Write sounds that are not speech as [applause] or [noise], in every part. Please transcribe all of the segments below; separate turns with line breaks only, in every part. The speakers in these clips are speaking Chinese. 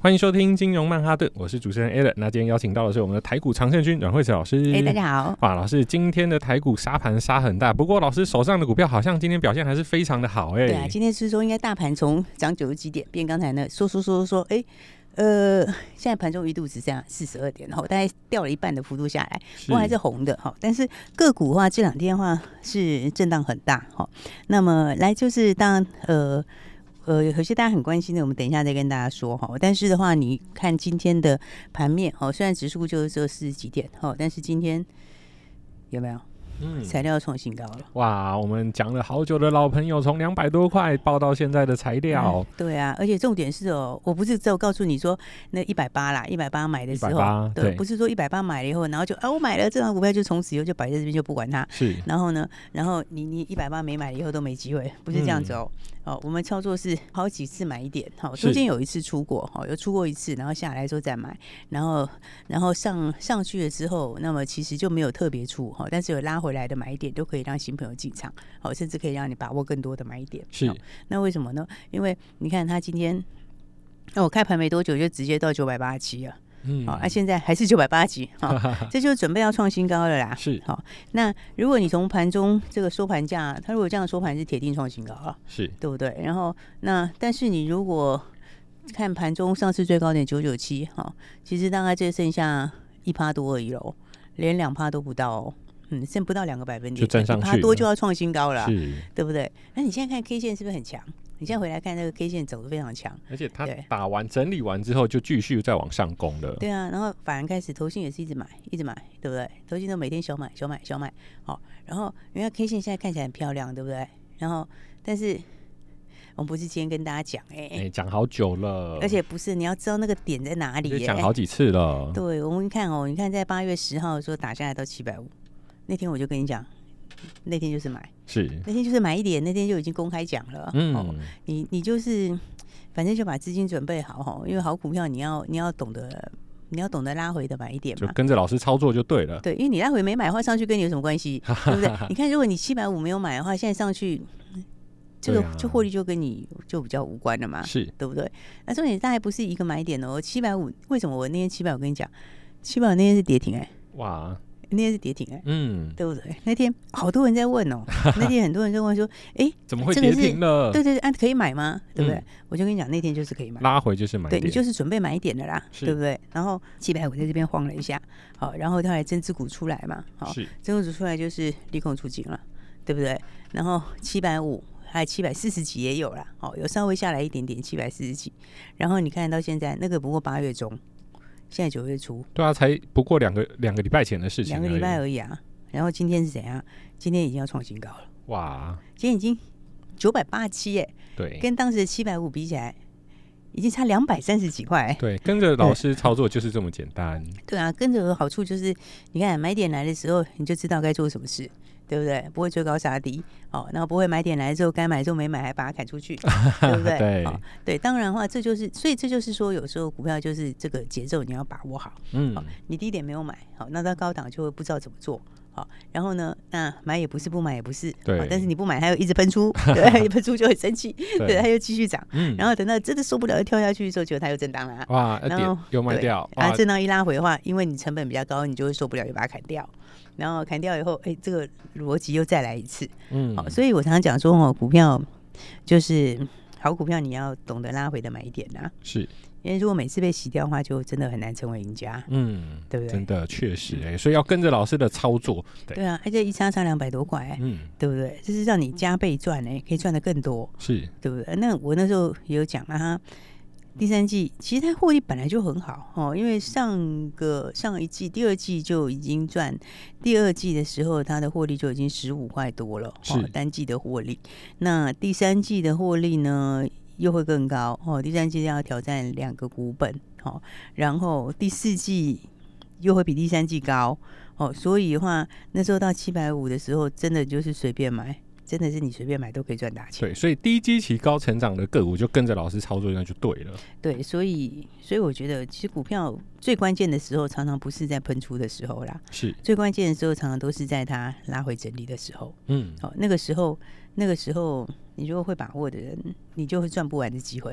欢迎收听金融曼哈顿，我是主持人 Alan。那今天邀请到的是我们的台股常胜军阮慧慈老师。
哎、大家好。
哇，老师，今天的台股杀盘杀很大，不过老师手上的股票好像今天表现还是非常的好哎、
对啊，今天是说应该大盘从涨九十几点变刚才那说说说说，哎、呃，现在盘中一度只这样四十二点，然后大概掉了一半的幅度下来，不过还是红的哈。哦但是个股的话，这两天的话是震荡很大哈。那么来就是当呃呃，有些大家很关心的，我们等一下再跟大家说哈。但是的话，你看今天的盘面哦，虽然指数就只有四十几点哦，但是今天有没有
嗯，
材料创新高了？
哇，我们讲了好久的老朋友，从两百多块报到现在的材料
对啊，而且重点是哦，我不是只有告诉你说那一百八啦，一百八买的时候
180，对
不是说一百八买了以后，然后就啊我买了这张股票就从此以后就摆在这边就不管它，
是
然后呢，然后你你一百八没买了以后都没机会，不是这样子哦。哦，我们操作是好几次买一点，好、
是
中间有一次出过，好、有出过一次，然后下来之后再买，然后然后上上去了之后，那么其实就没有特别出，哦好、但是有拉回来的买一点都可以让新朋友进场，好、甚至可以让你把握更多的买一点。哦
是
好那为什么呢？因为你看它今天，那、我开盘没多久就直接到九百八十七了，
嗯
好、啊，现在还是九百八十几，好、
[laughs]
这就准备要创新高了啦。
是
好、那如果你从盘中这个收盘价，它如果这样收盘是铁定创新高了，
是
对不对？然后那但是你如果看盘中上次最高点九九七，哈，其实大概就剩下一趴多而已喽，连两趴都不到哦，嗯，剩不到两个百分点，
就站上去
趴多
了
就要创新高了啊，
是，
对不对？那你现在看 K 线是不是很强？你现在回来看那个 K 线走的非常强，
而且它
对
打完整理完之后就继续再往上攻了，
对啊，然后法人开始投信也是一直买，一直买，对不对？投信都每天小买小买小买，好、然后因为 K 线现在看起来很漂亮，对不对？然后但是我们不是今天跟大家讲哎、
哎、讲好久了，
而且不是你要知道那个点在哪里、
就
耶。
讲好几次了，
对，我们看哦，你看在八月十号的时候打下来到七百五，那天我就跟你讲，那天就是买，
是，
那天就是买一点，那天就已经公开讲了，哦
嗯，
你你就是，反正就把资金准备好哈，因为好股票你要你要懂得你要懂得拉回的买一点
就
嘛。
跟着老师操作就对了，
对，因为你拉回没买的话，上去跟你有什么
[laughs]
关系，对不对？你看，如果你七百五没有买的话，现在上去，这
对
个、
啊
这获利就跟你就比较无关了嘛，
是
对不对？那重点大概不是一个买点哦，七百五为什么我那天七百我跟你讲，七百那天是跌停哎、
哇，
那天是跌停哎、
嗯，
对不对？那天好多人在问哦，那天很多人在
[laughs]
问说，
嗯
哎，
怎么会
这个
跌
是
停了？
对对对，啊，可以买吗？对不对？
嗯
我就跟你讲，那天就是可以买。
拉回就是买
对
点，
你就是准备买一点的啦，
是
对不对？然后七百五在这边晃了一下，好，然后后来增资股出来嘛，好，
是
增资股出来就是利空出尽了，对不对？然后七百五还有七百四十几也有啦，好，有稍微下来一点点，七百四十几。然后你看到现在那个不过八月中，现在九月初，
对啊，才不过两个两个礼拜前的事情
两
而已，
个礼拜而已啊。然后今天是怎样？今天已经要创新高了，
哇，
今天已经九百八七耶，
对
跟当时的七百五比起来，已经差两百三十几块耶、
对，跟着老师操作就是这么简单，
对啊，跟着有好处就是，你看买点来的时候，你就知道该做什么事，对不对？不会追高杀低，哦，然后不会买点来之后该买的时候没买，还把它砍出
[laughs]
去，对不对？
对
哦对，当然的话，这就是，所以这就是说，有时候股票就是这个节奏你要把握好， [laughs]
嗯，
你低点没有买，好、那到高档就会不知道怎么做。好、然后呢？那买也不是，不买也不是。
对
哦但是你不买，它又一直
[laughs]
喷出，对，一喷出就很生气，对，它
对，
又继续涨。
嗯，
然后等到真的受不了，又跳下去的时候，结果它又震荡了啊。
哇，一
然
点
后
又卖
对
掉，
啊，
哇
震荡一拉回的话，因为你成本比较高，你就会受不了，就把它砍掉。然后砍掉以后，哎、这个逻辑又再来一次。
嗯
好、，所以我常常讲说，哦，股票就是好股票，你要懂得拉回的买点啊。
是，
因为如果每次被洗掉的话，就真的很难成为赢家。
嗯，
对不对
真的确实，哎，所以要跟着老师的操作，对
对啊，而且一差差两百多块、哎
嗯，
对不对？这是让你加倍赚哎、可以赚得更多，
是，
对不对？那我那时候也有讲啊，第三季其实它获利本来就很好哦，因为上个上一季、第二季就已经赚，第二季的时候它的获利就已经十五块多了，哦
是
单季的获利。那第三季的获利呢又会更高哦，第三季要挑战两个股本哦，然后第四季又会比第三季高哦，所以的话那时候到七百五的时候，真的就是随便买，真的是你随便买都可以赚大钱。
对，所以低基期高成长的个股就跟着老师操作，那就对了。
对，所以所以我觉得，其实股票最关键的时候，常常不是在喷出的时候啦，
是，
最关键的时候，常常都是在它拉回整理的时候。
嗯，
哦，那个时候，那个时候，你如果会把握的人，你就会赚不完的机会。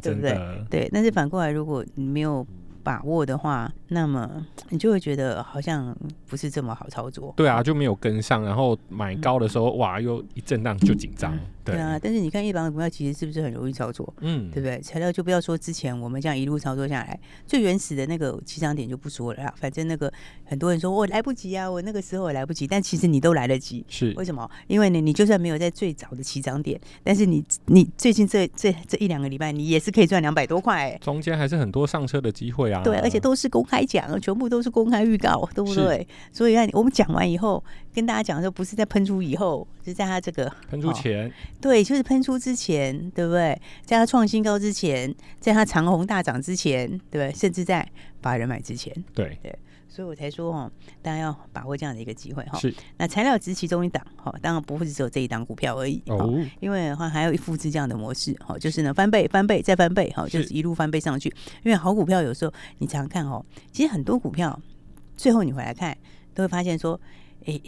[laughs]
对
真
不对
的，
对，但是反过来，如果你没有把握的话，那么你就会觉得好像不是这么好操作。
对啊，就没有跟上，然后买高的时候，哇，又一震荡就紧张。对，
嗯啊，但是你看一般的股票其实是不是很容易操作？
嗯，
对不对？材料就不要说之前我们这样一路操作下来，最原始的那个起涨点就不说了啦。反正那个很多人说我来不及啊，我那个时候我来不及，但其实你都来得及。
是
为什么？因为呢，你就算没有在最早的起涨点，但是你你最近这这这一两个礼拜，你也是可以赚两百多块、欸。
中间还是很多上车的机会啊。
对，而且都是公开讲，全部都是公开预告，对不对？所以啊，我们讲完以后，跟大家讲的时候，不是在喷出以后，是在它这个
喷出
哦
钱，
对，就是喷出之前，对不对？在它创新高之前，在它长虹大涨之前，对不对？甚至在法人买之前，
对，
所以我才说哦，大家要把握这样的一个机会哈、
是
那材料只是其中一档哈、当然不会只有这一档股票而已。
哦，
因为的话还要复制这样的模式，哈，就是呢翻倍、翻倍再翻倍，哈，
是
就是一路翻倍上去。因为好股票有时候你常看哦，其实很多股票最后你回来看，都会发现说，哎，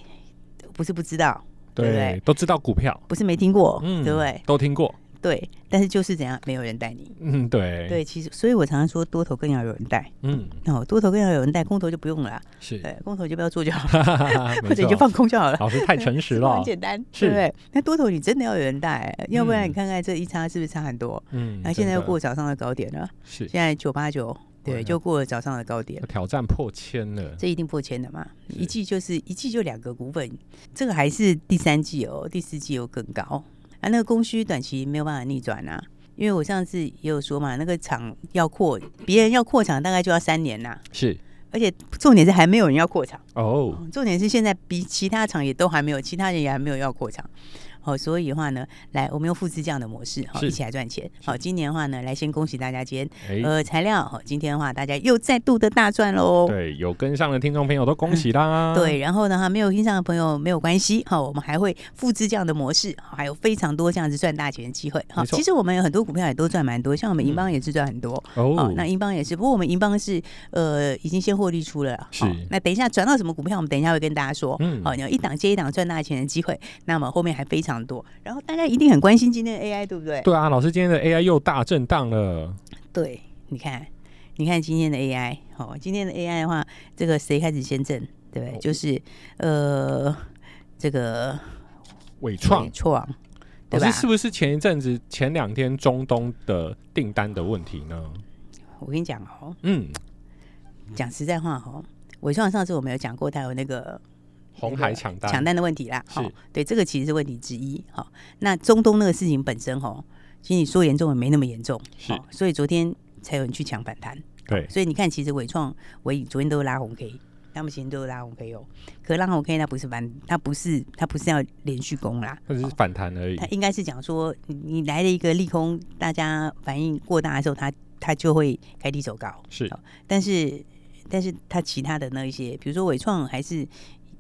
不是不知道，对不
对
对，
都知道股票，
不是没听过，
嗯，
对不对？
都听过，
对，但是就是怎样，没有人带你。
嗯，对，，
对，其实所以我常常说多头更要有人带，
嗯，
哦，多头更要有人带，空头就不用了啦，
是，
对，空头就不要做就
[laughs]
好了，
哈哈哈
[laughs] 或者你就放空就好了。
老师太诚实
是 [laughs] 不是
了
很，简单，
[laughs] 是
对不对？那多头你真的要有人带，要不然
嗯
你看看这一差是不是差很多？
嗯，
那、啊现在又
真的
过早上的高点了，
是
现在九八九，
哎呀
对，就过了早上的高点
要，挑战破千了，
这一定破千的嘛？
是
一季就是一季就两个股本，这个还是第三季哦，第四季又更高啊。那个供需短期没有办法逆转啊，因为我上次也有说嘛，那个厂要扩，别人要扩厂大概就要三年啦，
是
而且重点是还没有人要扩厂，
哦，
重点是现在比其他厂也都还没有，其他人也还没有要扩厂。好、所以的话呢，来，我们用复制这样的模式，好、
是
一起来赚钱。好、今年的话呢，来先恭喜大家，今天
哎，
呃，材料哈，今天的话大家又再度的大赚喽。
对，有跟上的听众朋友都恭喜啦，
嗯对，然后呢，哈，没有听上的朋友没有关系哈，我们还会复制这样的模式，哈还有非常多这样子赚大钱的机会哈。
没错嗯
其实我们有很多股票也都赚蛮多，像我们银邦也是赚很多，
哦
哦，，那银邦也是，不过我们银邦是呃已经先获利出了啦，
是
哦那等一下转到什么股票，我们等一下会跟大家说。
嗯
哦，你有一档接一档赚大钱的机会，那么后面还非常多。然后大家一定很关心今天的 AI，对不对？
对啊，老师今天的 AI 又大震荡了，
对，你看，你看今天的 AI，哦，今天的 AI 的话，这个谁开始先正？对不对？
哦
就是呃，这个
伟创
伟。创，
老
对吧
师？是不是前一阵子前两天中东的订单的问题呢？
我跟你讲哦，
嗯，
讲实在话哦，伟创上次我们有讲过，它有那个
红海抢单，
抢单的问题啦。
是
哦，对，这个其实是问题之一。好、那中东那个事情本身哦，其实你说严重也没那么严重，
是
哦，所以昨天才有人去抢反弹。
对，
所以你看，其实伟创、伟影昨天都是拉红 K，他们今天都是拉红 K 哦。可拉红 K 它不是翻，它不是它不是要连续攻啦，
那只是反弹而已
它。应该是讲说你你来了一个利空，大家反应过大的时候，它它就会开低走高。
是
好但是但是它其他的那一些，比如说伟创还是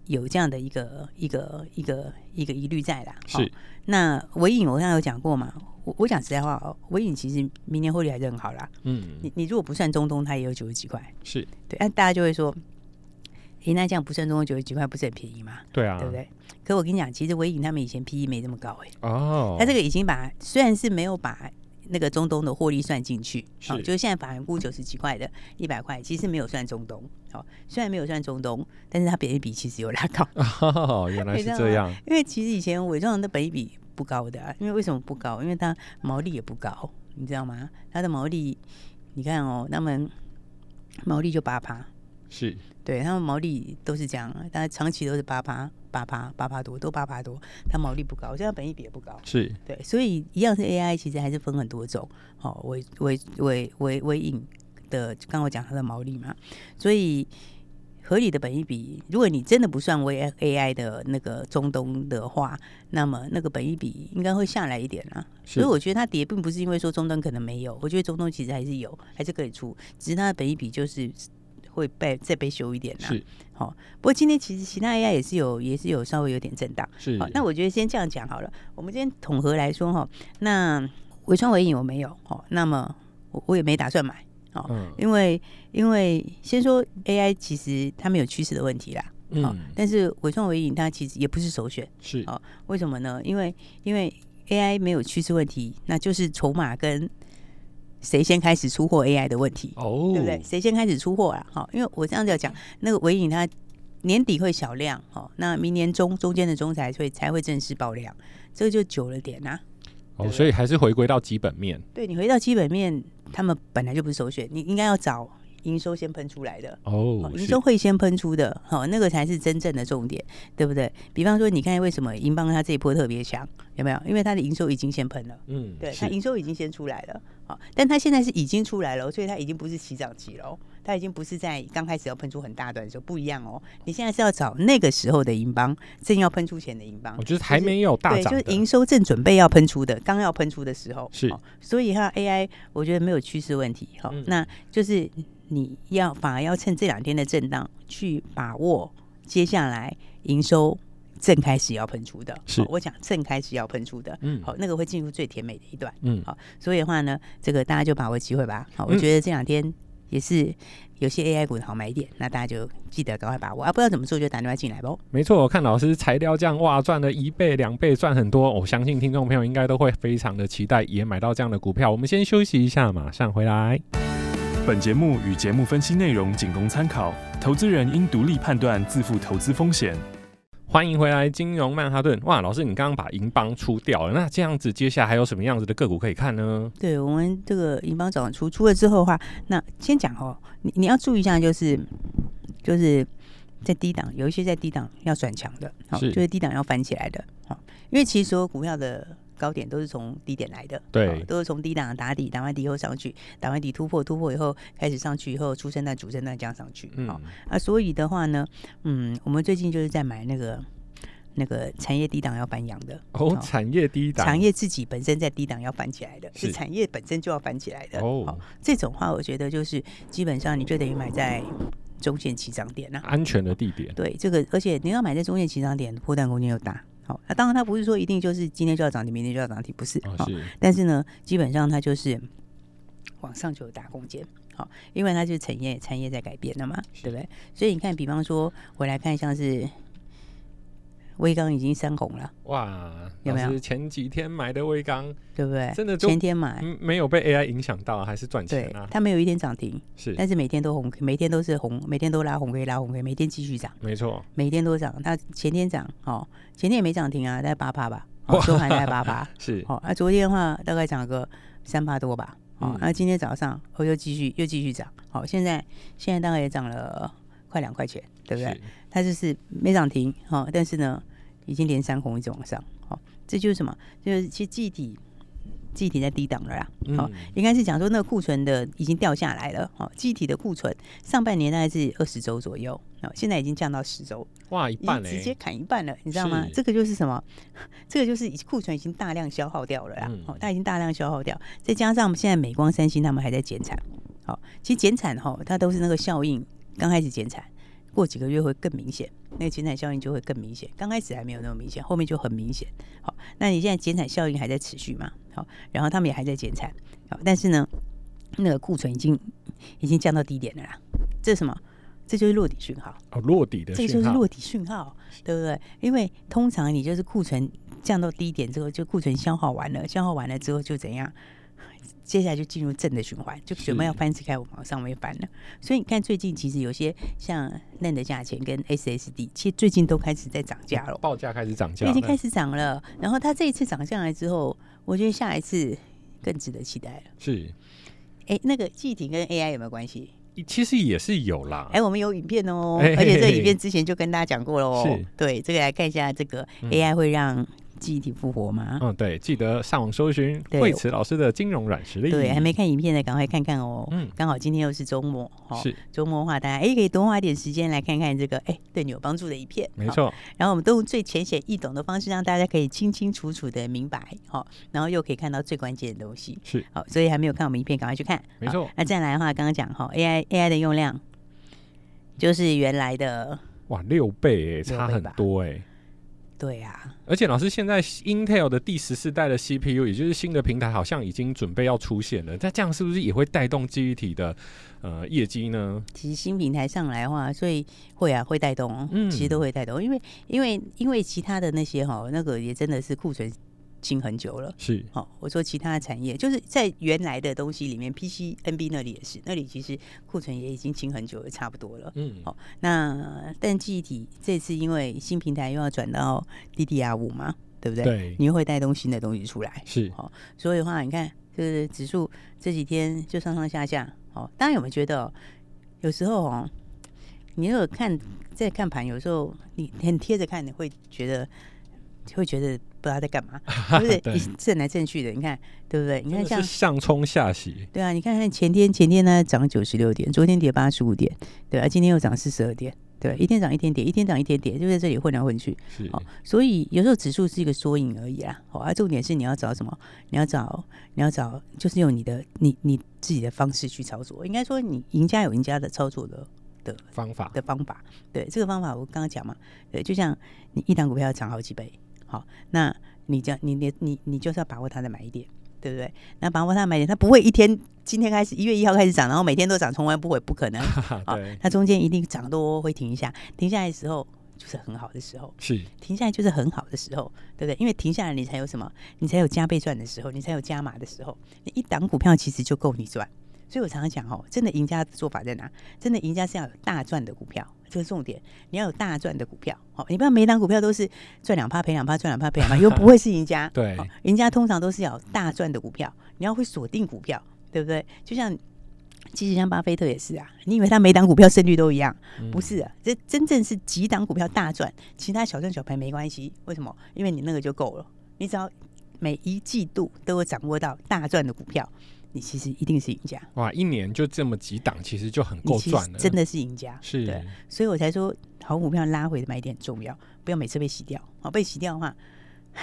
有这样的一个一个一个一个疑虑在啦。哦
是，
那伟影我刚才有讲过嘛，我我讲实在话哦，伟影其实明年获利还是很好啦。
嗯，
你你如果不算中东，它也有九十几块，
是，
对，那大家就会说。诶，那这样不算中东九十几块，不是很便宜吗？
对啊，
对不对？可我跟你讲，其实伟影他们以前 PE 没这么高诶。
哦，
他这个已经把虽然是没有把那个中东的获利算进去，哦
是
就是现在法人估九十几块的，一百块，其实没有算中东。哦，虽然没有算中东，但是它本益比其实有拉
[laughs]
高，
哦， [laughs] 原来是这样，
因为其实以前伪装的本益比不高的、啊，因为为什么不高？因为它毛利也不高，你知道吗？它的毛利，你看哦，他们毛利就八趴，
是
对他们毛利都是这样，但长期都是八趴、八趴、八趴多，都八趴多，它毛利不高，这样本益比也不高。
是
对，所以一样是 AI，其实还是分很多种。好、哦，微微微微微影的，刚刚我讲它的毛利嘛，所以合理的本益比，如果你真的不算微 AI 的那个中东的话，那么那个本益比应该会下来一点啦。所以我觉得它跌，并不是因为说中东可能没有，我觉得中东其实还是有，还是可以出，只是它的本益比就是会被再被修一点啦。
是
好、不过今天其实其他 AI 也是有，也是有稍微有点震荡。
是
好，，哦那我觉得先这样讲好了。我们今天统合来说哈，那微创微影我没有哦，那么我我也没打算买，
嗯
因为因为先说 AI 其实它没有趋势的问题啦。哦
嗯
但是微创微影它其实也不是首选，
是
好为什么呢？因为因为 AI 没有趋势问题，那就是筹码跟谁先开始出货 AI 的问题。
哦
对不对？谁先开始出货啦？哈，因为我这样子讲，那个尾影它年底会小量，哈，那明年中中间的中才会才会正式爆量，这个就久了点啦、
哦，所以还是回归到基本面
对你回到基本面，他们本来就不是首选，你应该要找营收先喷出来的。哦
哦，
营
是
收会先喷出的，好、那个才是真正的重点，对不对？比方说，你看为什么银邦它这一波特别强，有没有？因为它的营收已经先喷了，
嗯
对，它
是
营收已经先出来了，好、但它现在是已经出来了哦，所以它已经不是起涨期了哦，它已经不是在刚开始要喷出很大段的时候不一样哦，你现在是要找那个时候的银邦正要喷出前的银邦
哦，就是还没有大
对，
涨
就
的，
是营收正准备要喷出的，刚要喷出的时候哦
是
所以哈 AI 我觉得没有趋势问题哈、
嗯
那就是你要反而要趁这两天的震荡去把握接下来营收正开始要喷出的，
是
好我讲正开始要喷出的，
嗯
好、那个会进入最甜美的一段，
嗯
好、所以的话呢，这个大家就把握机会吧，好、我
嗯
觉得这两天。也是有些 AI 股的好买点，那大家就记得赶快把握啊！不知道怎么做就打电话进来喽。
没错，我看老师材料酱哇，赚了一倍、两倍，赚很多。我相信听众朋友应该都会非常的期待，也买到这样的股票。我们先休息一下，马上回来。
本节目与节目分析内容仅供参考，投资人应独立判断，自负投资风险。
欢迎回来，金融曼哈顿。哇，老师，你刚刚把银邦出掉了，那这样子接下来还有什么样子的个股可以看呢？
对我们这个银邦早出出了之后的话，那先讲哦，你你要注意一下，就是就是在低档有一些在低档要转强的，好、
是
就是低档要翻起来的，好、因为其实所有股票的高点都是从低点来的，
对
好都是从低档打底，打完底以后上去，打完底突破，突破以后开始上去以后，出生段、主升段这样上去，好、
嗯，
啊，所以的话呢，嗯，我们最近就是在买那个那个产业低档要翻阳的，
哦，
好
产业低档，
产业自己本身在低档要翻起来的，是
是
产业本身就要翻起来的。
哦，
这种话我觉得就是基本上你就等于买在中线起涨点啦、
安全的地点，
对，这个而且你要买在中线起涨点，波段空间又大。好、那当然它不是说一定就是今天就要涨停，明天就要涨停，不是。
哦
好
是
但是呢，基本上它就是往上就有大空间。好，因为它就是产业产业在改变的嘛，对不对？所以你看，比方说我来看，像是威刚已经三红了，
哇，
有
老
没有
师前几天买的微钢，
对不对？
真的就
前天买，
嗯，没有被 AI 影响到，还是赚钱
对
啊，？
它没有一天涨停，
是，
但是每天都红，每天都是红，每天都拉红 K 拉红 K，每天继续涨，
没错，
每天都涨。它前天涨，哦，前天也没涨停啊，大概八趴吧，
哇 [laughs]
哦，收盘大概八趴，
是
哦，那、昨天的话大概涨个三趴多吧，哦
嗯，
那、今天早上我又继续又继续涨，好、现在现在大概也涨了快两块钱，对不对？
是？
它就是没涨停，哦，但是呢，已经连三红一直往上，哦，这就是什么？就是其实集体集体在低档了啦，
嗯
哦，应该是讲说那个库存的已经掉下来了，哦，机体的库存上半年大概是二十周左右，哦，现在已经降到十周，
哇，一
已
半
经
嘞，
直接砍一半了，你知道吗
是？
这个就是什么？ [laughs] 这个就是已库存已经大量消耗掉了啦，
嗯
哦，它已经大量消耗掉，再加上我们现在美光、三星他们还在减产，好、其实减产哈、它都是那个效应，刚开始减产，过几个月会更明显，那个减产效应就会更明显，刚开始还没有那么明显，后面就很明显。好，那你现在减产效应还在持续嘛？好，然后他们也还在减产，好，但是呢，那个库存已经已经降到低点了啦，这是什么？这就是落底讯号。
哦落底的
这
讯
就是
号，
落底讯号，对不对？因为通常你就是库存降到低点之后，就库存消耗完了，消耗完了之后就怎样？ [laughs] 接下来就进入正的循环，就准备要
是
翻起开，我们往上面翻了。所以你看，最近其实有些像嫩的价钱跟 SSD，其实最近都开始在涨价了，
报价开始嗯涨价
它
了，
已经开始涨了。然后它这一次涨上来之后，我觉得下一次更值得期待了。
是
哎，那个季体跟 AI 有没有关系？
其实也是有啦。
哎，我们有影片哦，
哎嘿嘿
而且这个影片之前就跟大家讲过了哦
是。
对，这个来看一下，这个
嗯
AI 会让记忆体复活吗？
嗯，对，记得上网搜寻
对
惠慈老师的金融软实力。
对，还没看影片的赶快看看哦。
嗯
刚好今天又是周末，哦，
是
周末的话，大家哎可以多花点时间来看看这个哎对你有帮助的影片。
没
哦
错，
然后我们都用最浅显易懂的方式，让大家可以清清楚楚的明白，好、然后又可以看到最关键的东西，
是
好、所以还没有看我们影片，赶快去看，
没
好
错
那再来的话，刚刚讲哈、AI AI 的用量就是原来的，
哇，六倍哎，差
六倍
很
吧
多哎。
对啊，
而且老师，现在 Intel 的第十四代的 CPU，也就是新的平台，好像已经准备要出现了。那这样是不是也会带动记忆体的呃业绩呢？
其实新平台上来的话，所以会啊会带动哦，
嗯
其实都会带动，因为因为因为其他的那些哈、那个也真的是库存清很久了。
是
好、我说其他的产业，就是在原来的东西里面，PCNB 那里也是，那里其实库存也已经清很久了，差不多了。
嗯，
好那但记忆体这次因为新平台又要转到 DDR 五嘛，对不对？
对，
你又会带动新的东西出来，
是
所以的话，你看就是指数这几天就上上下下。哦，大家有没有觉得哦，有时候哦，你如果看在看盘，有时候你很贴着看，你会觉得会觉得不知道在
[laughs]
干嘛，不是
对
一震来震去的，你看对不对？你看
真
像
的是上冲下洗，
对啊，你看看前天，前天呢涨九十六点，昨天跌八十五点，对啊，今天又涨四十二点，对啊、一天涨一天跌，一天涨一天跌，就在这里混来混去。
是
哦，所以有时候指数是一个缩影而已啦。哦，啊，重点是你要找什么？你要找，你要找，就是用你的你你自己的方式去操作。应该说，你赢家有赢家的操作的
方法
的方法。对，这个方法我刚刚讲嘛，对，就像你一档股票要涨好几倍，好，那你这样，你你你你就是要把握它的买点，对不对？那把握它的买点，它不会一天今天开始一月一号开始涨，然后每天都涨，从来不会，不可能。
哈 [laughs]
好
对，
它中间一定涨多会停一下，停下来的时候就是很好的时候。
是。
停下来就是很好的时候，对不对？因为停下来你才有什么？你才有加倍赚的时候，你才有加码的时候。你一档股票其实就够你赚。所以我常常讲哦，真的赢家的做法在哪？真的赢家是要有大赚的股票，这个重点，你要有大赚的股票。好、你不要每一档股票都是赚两趴赔两趴，赚两趴赔两趴，又不会是赢家
[laughs] 对
好赢家通常都是要有大赚的股票，你要会锁定股票，对不对？就像。其实像巴菲特也是啊，你以为他每档股票胜率都一样，不
嗯
是啊，这真正是几档股票大赚，其他小赚小赔没关系。为什么？因为你那个就够了，你只要每一季度都有掌握到大赚的股票，你其实一定是赢家，
哇，一年就这么几档，其实就很
你
够
其
赚
实
了，
真的是赢家。
是
对，所以我才说好股票拉回的买点很重要，不要每次被洗掉。哦，被洗掉的
啊
话，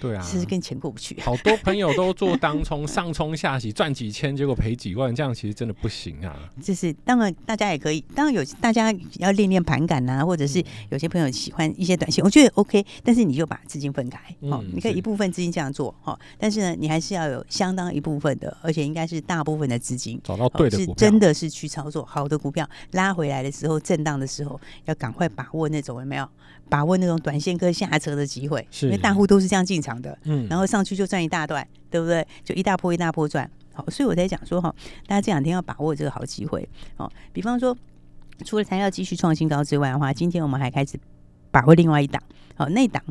对啊，
其实跟钱过不去。
好多朋友都做当冲，上冲下洗，赚几千，结果赔几万，这样其实真的不行啊。
就是当然大家也可以，当然有大家要练练盘感啊，或者
嗯
是有些朋友喜欢一些短线，我觉得 OK，但是你就把资金分开，哦
嗯，
你可以
是
一部分资金这样做，哦，但是呢，你还是要有相当一部分的，而且应该是大部分的资金。
找到
哦
对的
是
股票，
真的是去操作好的股票，拉回来的时候，震荡的时候，要赶快把握那种有没有把握那种短线客下车的机会，
是
因为大户都是这样进场的，
嗯
然后上去就赚一大段，对不对？就一大波一大波赚。好，所以我在讲说哈，大家这两天要把握这个好机会哦。比方说，除了材料继续创新高之外的话，今天我们还开始把握另外一档，好、那档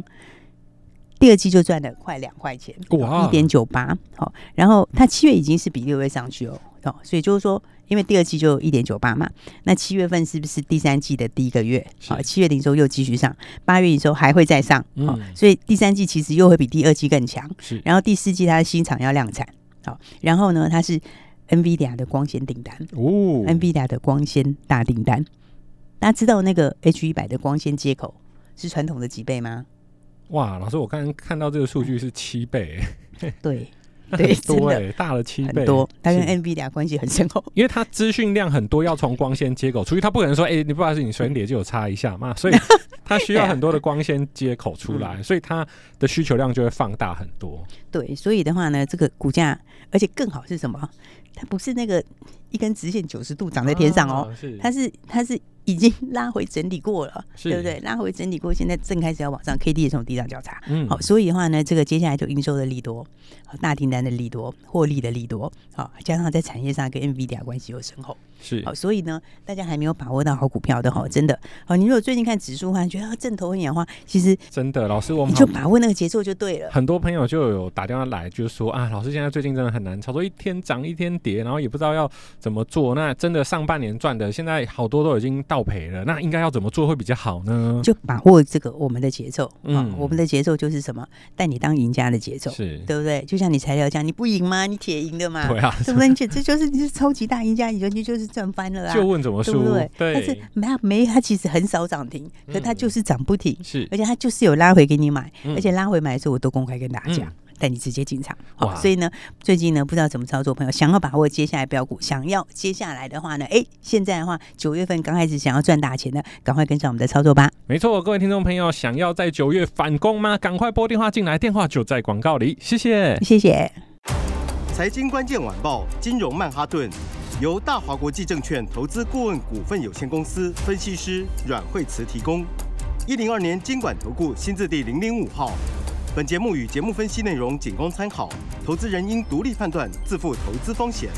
第二季就赚了快两块钱，
哇
一点九八，好，然后它七月已经是比六月上去哦，哦，所以就是说，因为第二季就一点九八嘛，那七月份是不是第三季的第一个月？
是
好、七月营收又继续上，八月营收还会再上，好、
嗯
所以第三季其实又会比第二季更强，
是
然后第四季它的新厂要量产，好、然后呢，它是 NVIDIA 的光纤订单、
哦
n v i d i a 的光纤大订单，大家知道那个 H 一百的光纤接口是传统的几倍吗？
哇，老师，我刚刚看到这个数据是七倍， [laughs]
对，
那
[laughs] 对
很多
真
哎，大了七倍，
很多，哎它跟
是
NVIDIA 关系很深厚。
因为它资讯量很多，要从光纤接口出去，它不可能说，哎、你不好意思，你水里就有插一下嘛，
[laughs]
所以它需要
啊
很多的光纤接口
嗯
出来，所以它的需求量就会放大很多。
对，所以的话呢，这个股价，而且更好是什么？它不是那个一根直线九十度长在天上哦，
啊，是
它是它是已经 [laughs] 拉回整理过了，
是
对不对？拉回整理过，现在正开始要往上，K D 也从低档交叉。
嗯
好，所以的话呢，这个接下来就营收的利多，好大订单的利多，获利的利多，好，加上在产业上跟 NVIDIA 关系又深厚，
是
好，所以呢，大家还没有把握到好股票的哈，真的，好，你如果最近看指数的话，你觉得啊正头很眼花，其实
真的，老师，我
你
们
就
好
把握那个节奏就对了。
很多朋友就有打电话来，就是说啊，老师现在最近真的很难操作，一天涨一天跌，然后也不知道要怎么做。那真的上半年赚的，现在好多都已经倒赔了，那应该要怎么做会比较好呢？
就把握这个我们的节奏，嗯、
嗯
我们的节奏就是什么？带你当赢家的节奏，
是，
对不对？就像你材料讲，你不赢吗？你铁赢的嘛，
对 [laughs] 啊，
对不对？你 [laughs] 这这就是你是超级大赢家，你就你就是赚翻了啊，
就问怎么
对不
输
对？，但是没有没有，它其实很少涨停，可它
嗯
就是涨不停，
是
而且它就是有拉回给你买，
嗯
而且拉回买的时候我都公开跟大家讲
嗯。
带你直接进场，好，
哇
所以呢，最近呢不知道怎么操作，朋友想要把握接下来标股，想要接下来的话呢，哎，现在的话九月份刚开始想要赚大钱的，赶快跟上我们的操作吧。
没错，各位听众朋友，想要在九月反攻吗？赶快拨电话进来，电话就在广告里，谢谢。
谢谢。
财经关键晚报，金融曼哈顿，由大华国际证券投资顾问股份有限公司分析师阮惠慈提供。一零二年经管投顾新字第零零五号。本节目与节目分析内容仅供参考，投资人应独立判断，自负投资风险。